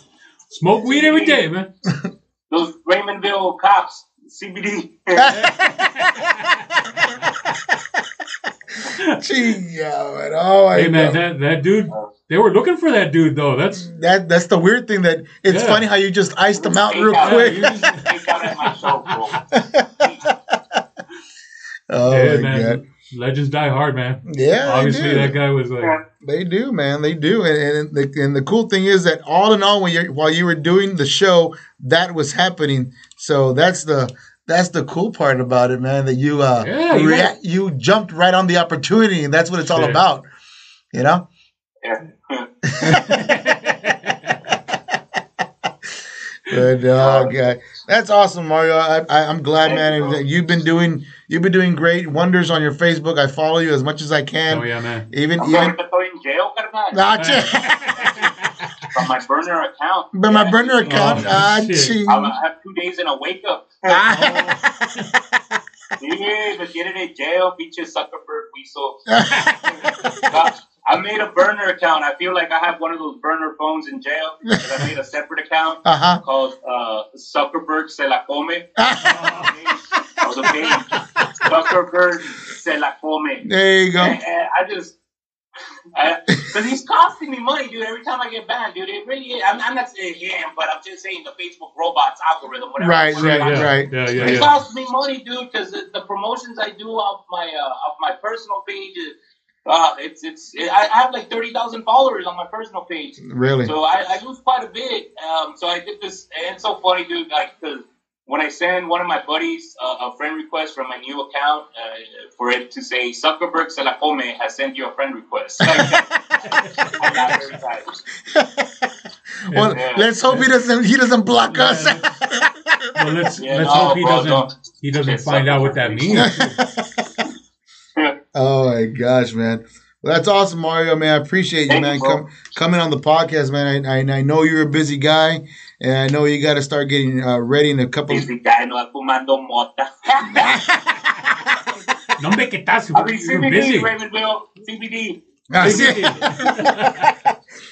E: smoke weed every day, man.
D: Those Raymondville cops, CBD.
F: gee, yeah, man. Oh, I
E: Hey
F: know.
E: man, that that dude, they were looking for that dude though. That's
F: That that's the weird thing that it's
E: Yeah.
F: funny how you just iced them out real
D: Yeah,
F: quick.
E: you just-
D: Take out at my show, bro.
F: Oh
E: yeah,
F: my
E: man.
F: god!
E: Legends die hard, man.
F: Yeah, they
E: Obviously,
F: do.
E: that guy was like,
F: They do, man. They do, and and the, and the cool thing is that all in all, when you while you were doing the show, that was happening. So that's the that's the cool part about it, man. That you uh
E: Yeah, you
F: you, rea- you jumped right on the opportunity, and that's what it's all
E: Shit.
F: about. You know.
D: Yeah.
F: Good dog, yeah. uh, That's awesome, Mario. I, I, I'm glad, man. and that You've been doing you've been doing great wonders on your Facebook. I follow you as much as I can.
E: oh yeah, man.
F: Even
D: I'm going
F: even.
D: to throw you in jail, carnal.
F: Gotcha.
D: From my burner account.
F: but my burner
E: Oh,
F: account. ah,
E: shit.
F: gee.
D: I'm gonna have two days in a wake up.
F: Ah.
D: Yeah, the get in jail, feature Zuckerberg weasel. Gosh, I made a burner account. I feel like I have one of those burner phones in jail. 'cause I made a separate account
F: Uh-huh.
D: called uh, Zuckerberg Se La Come. That was a page. Zuckerberg Se La Come.
F: There you go.
D: And, and I just, because he's costing me money, dude. Every time I get banned, dude, it really is. I'm, I'm not saying him, but I'm just saying the Facebook robots algorithm, whatever.
F: Right,
D: It's
F: right,
E: Yeah, yeah,
F: right.
E: Yeah, yeah,
D: it
E: yeah.
D: costs me money, dude, because the, the promotions I do off my uh, off my personal page, is, uh, it's it's it, I I have like thirty thousand followers on my personal page,
F: Really.
D: so I, I lose quite a bit. Um, so I did this, and it's so funny, dude. Like, 'cause when I send one of my buddies uh, a friend request from my new account uh, for it to say Zuckerberg se la come has sent you a friend request. Like, I'm not very excited.
F: Well,
D: Yeah.
F: let's hope he doesn't he doesn't block
E: Yeah,
F: us.
E: Well, let's
D: Yeah, no,
E: let's hope he
D: bro,
E: doesn't
D: don't.
E: he doesn't
D: It's
E: find out what that
D: something.
E: means.
F: Oh my gosh, man. Well, that's awesome, Mario, man. I appreciate you,
D: Thank you,
F: man.
D: bro.
F: Come, coming on the podcast, man. I, I, I know you're a busy guy, and I know you got to start getting uh, ready in a couple.
D: Busy guy, no fumando mota.
E: No me quitas,
D: I mean,
E: you're
D: CBD,
E: busy.
D: Raymondville, CBD.
F: Ah,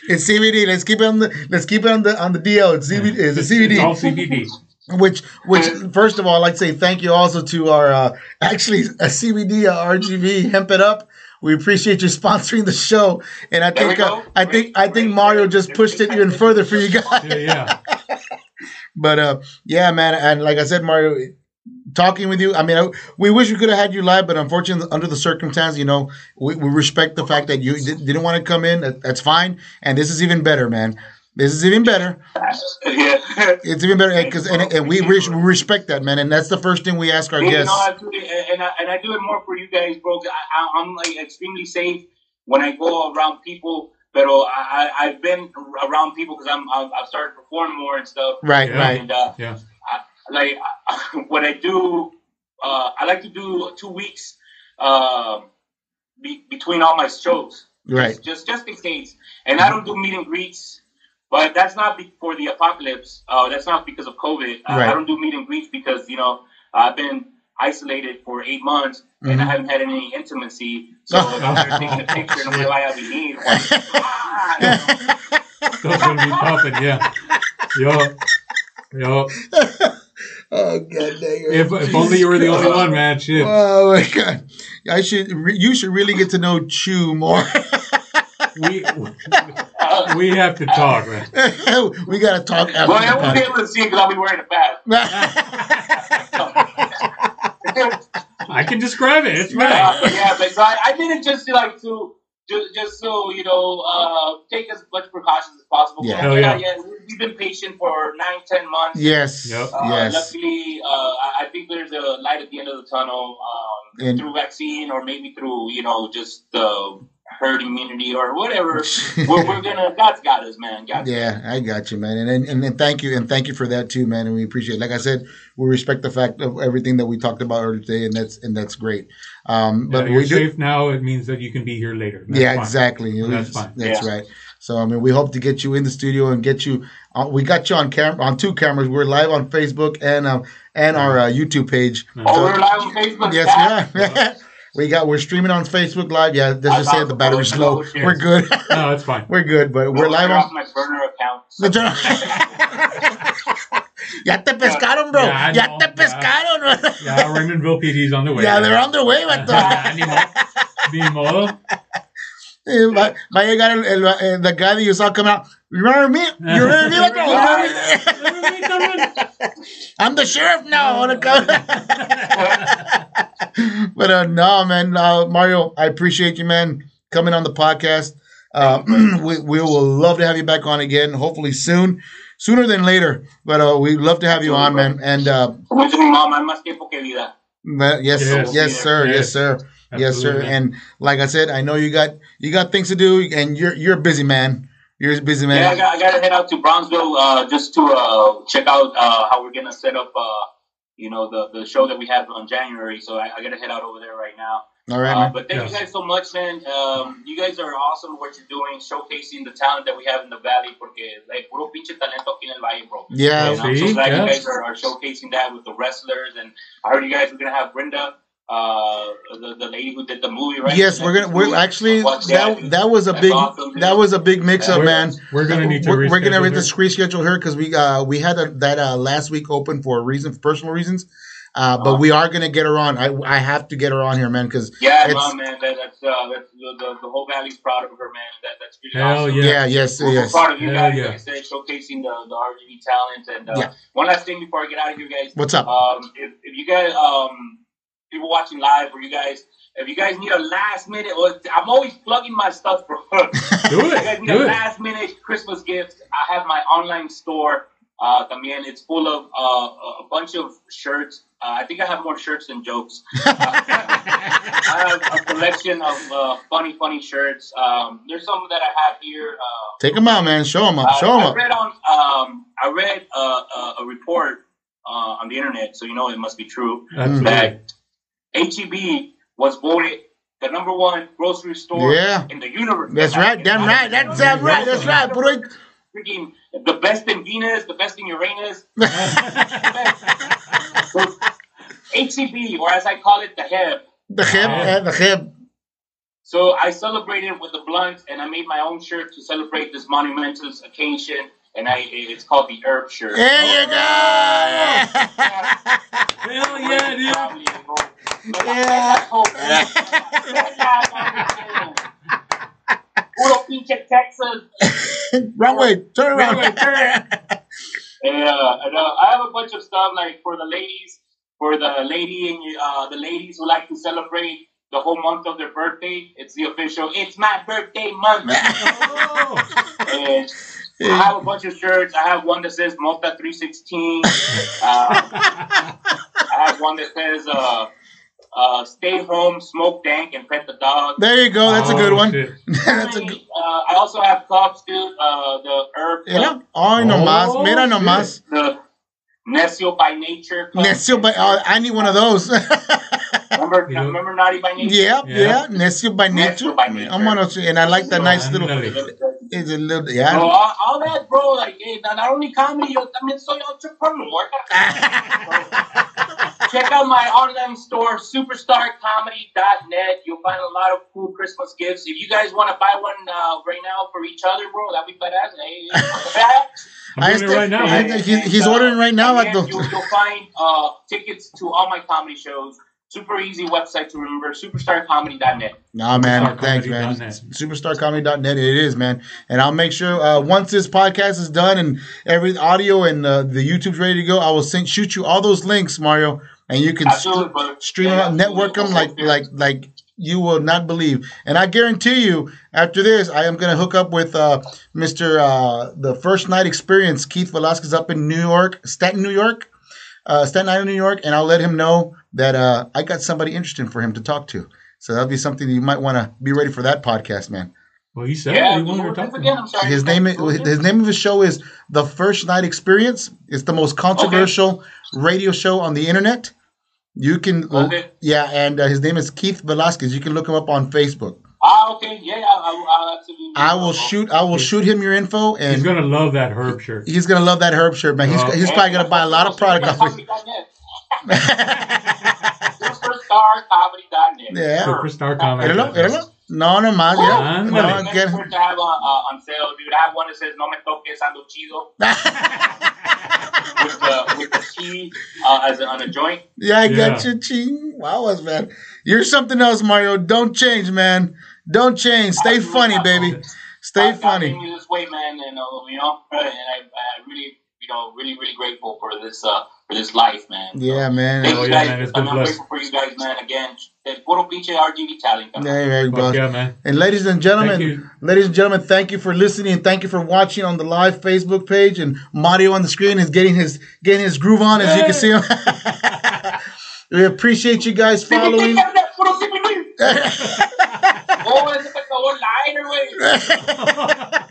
F: it's CBD. Let's keep it on the let's keep it on the on the DL. It's CBD. It's a
E: It's all
F: CBD.
E: CBD.
F: Which which first of all, I'd like to say thank you also to our uh, actually a CBD uh, RGV Hemp It Up. We appreciate you sponsoring the show, and I
D: There we
F: think uh,
D: go.
F: I think I
D: Great,
F: think
D: great,
F: Mario
D: great.
F: just pushed it even further for you guys.
E: Yeah, yeah.
F: But uh, yeah, man, and like I said, Mario, talking with you, I mean, I, we wish we could have had you live, but unfortunately, under the circumstance, you know, we, we respect the fact that you di- didn't want to come in. That, that's fine, and this is even better, man. This is even better.
D: yeah.
F: It's even better because and, and we, res- we respect that, man, and that's the first thing we ask our
D: Yeah, you
F: guests.
D: know, I do it, and I, and I do it more for you guys, bro. 'cause I, I, I'm like extremely safe when I go around people, but I, I, I've been around people because I'm I've, I've started to perform more and stuff.
F: Right,
E: Yeah.
F: right.
D: And uh,
E: Yeah.
D: I, like what I do, uh, I like to do two weeks uh, be, between all my shows.
F: Right.
D: Just, just just in case. And I don't do meet and greets, but that's not be- for the apocalypse. Uh, that's not because of COVID. I- I
F: Right.
D: don't do meet and greets because you know I've been isolated for eight months and I
F: Mm-hmm.
D: haven't had any intimacy. So if they're taking a picture and I'm like, "Why have you need?" Ah,
E: Stuff's gonna be popping. Yeah. Yo, Yup.
F: Oh god dang it.
E: If, if only you were the only one, man. Shit.
F: Oh my god! I should. Re- you should really get to know Chew more.
E: We we have to talk, man.
F: we gotta talk after
D: Well, I
F: the
D: won't be able to see it because I'll be wearing a mask.
E: I can describe it. It's right.
D: Uh, yeah, but so I, I did it just to, like to just, just so you know, uh, take as much precautions as possible.
F: Yeah.
E: Hell yeah.
D: We've been patient for nine, ten months.
F: yes.
E: Yep.
D: Uh,
F: Yes.
D: Luckily, uh, I I think there's a light at the end of the tunnel um,
F: And-
D: through vaccine or maybe through you know just uh, herd immunity or whatever. we're, we're gonna God's got us, man. God's
F: Yeah, I got you, man, and, and and and thank you, and thank you for that too, man. And we appreciate. it. Like I said, we respect the fact of everything that we talked about earlier today, and that's and that's great. Um,
E: But
F: but
E: you're
F: we do,
E: safe now. It means that you can be here later. That's
F: yeah,
E: fine.
F: exactly.
E: That's fine.
F: That's
D: Yeah.
F: right. So I mean, we hope to get you in the studio and get you. Uh, we got you on camera on two cameras. We're live on Facebook and um and our uh, YouTube page.
D: Oh, we're live on Facebook.
F: Yes, we are. we got we're streaming on Facebook Live. Yeah, let's just say the battery's low. We're good.
E: No, it's fine.
F: we're good, but we're live
D: off
F: on.
D: my burner account.
F: The drum. ya te pescaron, bro.
E: Yeah, I
F: ya
E: know.
F: te pescaron. bro.
E: Yeah, Raymondville PD's on the way.
F: yeah, they're on their way,
E: Yeah,
F: vato.
E: ni modo. Ni modo.
F: Eh, Va va a llegar el, el, eh, the guy that you saw come out. You remember me? You remember me? Like, you remember me? I'm the sheriff now. I wanna come. but uh, no, man, uh, Mario, I appreciate you, man, coming on the podcast. Uh, we, we will love to have you back on again, hopefully soon, sooner than later. But uh, we'd love to have you on, man. And uh,
D: With mi mamá, es más tiempo que vida.
F: Ma- yes, yes,
E: Yes.
F: sir, yes,
E: Yes.
F: sir, yes, sir.
E: Absolutely.
F: And like I said, I know you got you got things to do, and you're you're a busy man. You're a busy
D: Yeah, I
F: man.
D: got, I got to head out to Bronzeville uh, just to uh, check out uh, how we're gonna set up, uh, you know, the, the show that we have on January. So I, I got to head out over there right now.
F: All right,
D: Uh,
F: man.
D: but thank you
E: Yes.
D: guys so much, man. Um, you guys are awesome what you're doing, showcasing the talent that we have in the valley. Porque like puro pinche talento aquí en el valle, bro.
F: Yeah,
D: And I'm so
E: See?
D: glad
E: Yeah.
D: you guys are, are showcasing that with the wrestlers. And I heard you guys were gonna have Brenda, uh, the, the lady who did the movie, right?
F: Yes, we're gonna. We're actually that that was a
D: That's
F: big
D: awesome, dude.
F: that was a big mix up,
E: We're-
F: man.
E: we're gonna need to
F: We're, we're gonna
E: reschedule
F: have to
E: her.
F: reschedule her because we uh we had a, that uh, last week open for a reason, for personal reasons. Uh, but we are gonna get her on. I I have to get her on here, man, because
D: Yeah,
F: It's-
D: no, man, that, that's uh, that's the, the, the whole valley's proud of her, man. That that's really
E: Hell
D: awesome.
F: yeah,
E: yeah.
F: yes,
D: We're
F: yes.
D: proud of you
E: Hell
D: guys,
E: yeah.
D: like I said, showcasing the, the RGB talent. And uh,
F: Yeah.
D: one last thing before I get out of here, guys.
F: What's up?
D: Um, if, if you guys, um, people watching live, or you guys, if you guys need a last minute, or I'm always plugging my stuff, bro.
E: Do
D: If you guys
E: it.
D: need a
E: Do it.
D: last minute Christmas gift, I have my online store. Uh, también, it's full of uh, a bunch of shirts. Uh, I think I have more shirts than jokes. Uh, I have a collection of uh, funny, funny shirts. Um, there's some that I have here. Uh,
F: Take them out, man. Show them up.
D: I,
F: Show them
D: Uh, I
F: up.
D: read on um, I read uh, a, a report uh, on the internet, so you know it must be true
F: Mm-hmm.
E: Absolutely.
D: that HEB was voted the number one grocery store
F: Yeah.
D: in the universe.
F: That's right. Damn right. That's damn right. That's right. Put it.
D: Freaking the best in Venus, the best in Uranus. HEB, E or as I call it, the head.
F: The hip. eh, The hip.
D: So I celebrated with the blunt, and I made my own shirt to celebrate this monumental occasion, and I it's called the herb shirt.
F: There you go.
E: Oh. Hell yeah, dude.
D: Puro pinche Texas.
F: Wrong way. Turn around.
D: Yeah, and, uh, I have a bunch of stuff like for the ladies, for the lady and uh, the ladies who like to celebrate the whole month of their birthday. It's the official. It's my birthday month. and I have a bunch of shirts. I have one that says Mota 316. Uh, I have one that says uh, uh, Stay Home, Smoke Dank, and Pet the Dog.
F: There you go. That's a good
E: Oh,
F: one.
E: shit.
F: That's a good.
D: Uh, I also have cups, dude. Uh, the herb,
F: You know. Ay nomás. Mira
E: Oh,
F: nomás.
D: the Necio by Nature. cup.
F: Necio by. Oh, I need one of those.
D: Remember,
E: You know-
D: remember Naughty by Nature.
F: yeah. Yeah. Necio by nature.
D: Necio by nature.
F: I'm on a. And I like that nice little.
E: Ándale.
F: It's a little.
D: Bro,
F: Yeah.
D: all, all that, bro. Like, eh, not, not only comedy, yo también soy entrepreneur. Check out my online store, superstarcomedy.net. You'll find a lot of cool Christmas gifts. If you guys want to buy one uh, right now for each other, bro, that'd be badass. Hey,
E: I'm
F: I
E: doing it right now.
F: I-
E: man.
F: think he's- he's ordering right now
D: and
F: at the-
D: you'll, you'll find uh, tickets to all my comedy shows. Super easy website to remember, superstarcomedy.net.
F: Nah, man. Thanks, man.
E: SuperstarComedy.net.
F: SuperstarComedy.net. It is, man. And I'll make sure uh, once this podcast is done and every audio and uh, the YouTube's ready to go, I will send shoot you all those links, Mario, and you can
D: Absolutely,
F: stre-
D: brother.
F: stream
D: Yeah,
F: them out, network them like
D: absolutely.
F: like like you will not believe. And I guarantee you, after this, I am going to hook up with uh, Mister uh, the First Night Experience, Keith Velasquez, up in New York, Staten, New York. Uh, Staten Island, New York, and I'll let him know that uh, I got somebody interesting for him to talk to. So that'll be something that you might want to be ready for that podcast, man.
E: Well, you said
D: Yeah,
E: it. You
D: who
E: wanted
D: was
E: to
D: this
E: talk
D: again?
E: about.
D: I'm sorry.
F: His name is
E: oh,
F: his name of his show is The First Night Experience. It's the most controversial radio show on the internet. You can
D: Okay.
F: yeah, and uh, his name is Keith Velasquez. You can look him up on Facebook.
D: Ah, okay. Yeah, I, I, I absolutely.
F: I will shoot I will shoot him your info and
E: Oh, He's
F: he's gonna,
E: gonna love that herb shirt.
F: love that herb shirt, man. He's,
E: Oh.
F: he's probably gonna buy a lot of product off it.
D: Superstarcomedy.net. Superstarcomedy.net.
F: Yeah.
E: Superstar comedy.
F: Hello, hello. No, no más. Yeah.
E: Ándale.
F: No,
D: Next
F: again.
D: shirt to have on, uh, on sale, dude. I have one that says "No me toques, ando chido" with the with the T uh, as a, on a joint.
F: Yeah, I got
E: Yeah.
F: you, Ching. Wow, was man. You're something else, Mario. Don't change, man. Don't change. Stay
D: Absolutely
F: funny,
D: not.
F: baby. Stay
D: God- God made
F: funny.
D: me this way, man, and uh, you know, and I, I really, you know, really, really grateful for this uh for this life, man. So,
F: Yeah, man.
D: Thank
E: Oh,
D: you
E: yeah,
D: guys.
E: man, it's been
D: I'm
E: blessed.
D: grateful for you guys, man. Again, el puro pinche RGB talent. come on.
F: There you go.
E: Fuck yeah, man.
F: And ladies and gentlemen,
E: Thank you.
F: ladies and gentlemen, thank you for listening and thank you for watching on the live Facebook page. And Mario on the screen is getting his getting his groove on as you can see him. we appreciate you guys following.
D: Oh, ese por favor, liner, güey.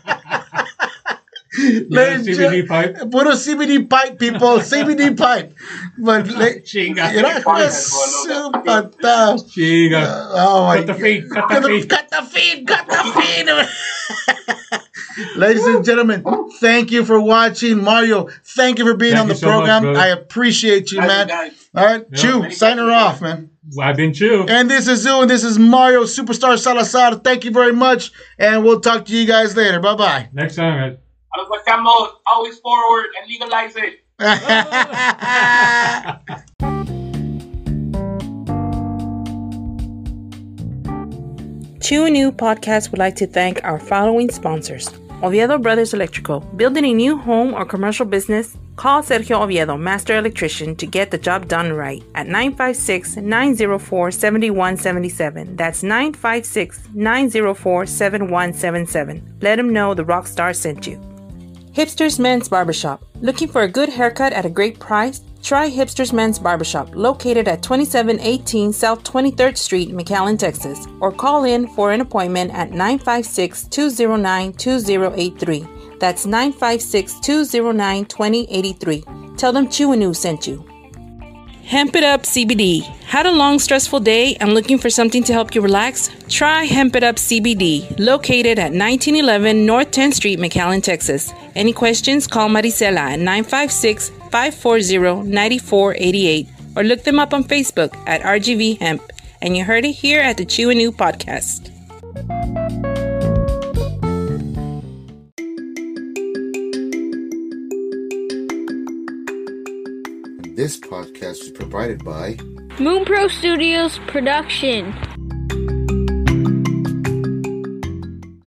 E: Yeah,
F: Ladies and
E: CBD
F: gen-
E: pipe.
F: Puro CBD pipe, people. CBD pipe. But la-
E: Chinga.
F: you know,
D: Pipe.
F: super tough.
E: Chinga.
F: Oh my
E: uh, Cut the feet. Cut
F: Cut
E: the
F: the,
E: feet.
F: cut the feed, cut the feed. Ladies and gentlemen, thank you for watching. Mario, thank you for being
E: Thank
F: on
E: you
F: the
E: so much,
F: program.
E: brother.
F: I appreciate you,
D: Thank you,
F: man.
D: guys.
F: All right,
E: Yeah.
F: Chew, sign her off, man.
E: I've been chew.
F: And this is Zoo, and this is Mario, Superstar Salazar. Thank you very much, and we'll talk to you guys later. Bye
E: Next time, guys.
D: Los buscamos always forward and legalize it.
F: bye.
B: Chew New Podcast would like to thank our following sponsors Oviedo Brothers Electrical. Building a new home or commercial business? Call Sergio Oviedo, Master Electrician, to get the job done right at 956 904 7177. That's 956 904 7177. Let him know the rock star sent you. Hipsters Men's Barbershop. Looking for a good haircut at a great price? Try Hipsters Men's Barbershop, located at 2718 South 23rd Street, McAllen, Texas, or call in for an appointment at 956 209 2083. That's 956 209 2083. Tell them Chiwanu sent you. Hemp It Up CBD. Had a long, stressful day and looking for something to help you relax? Try Hemp It Up CBD, located at 1911 North 10th Street, McAllen, Texas. Any questions? Call Maricela at 956 540 9488 or look them up on Facebook at RGV Hemp. And you heard it here at the Chew and New podcast.
A: This podcast was provided by
G: Moon Pro Studios production.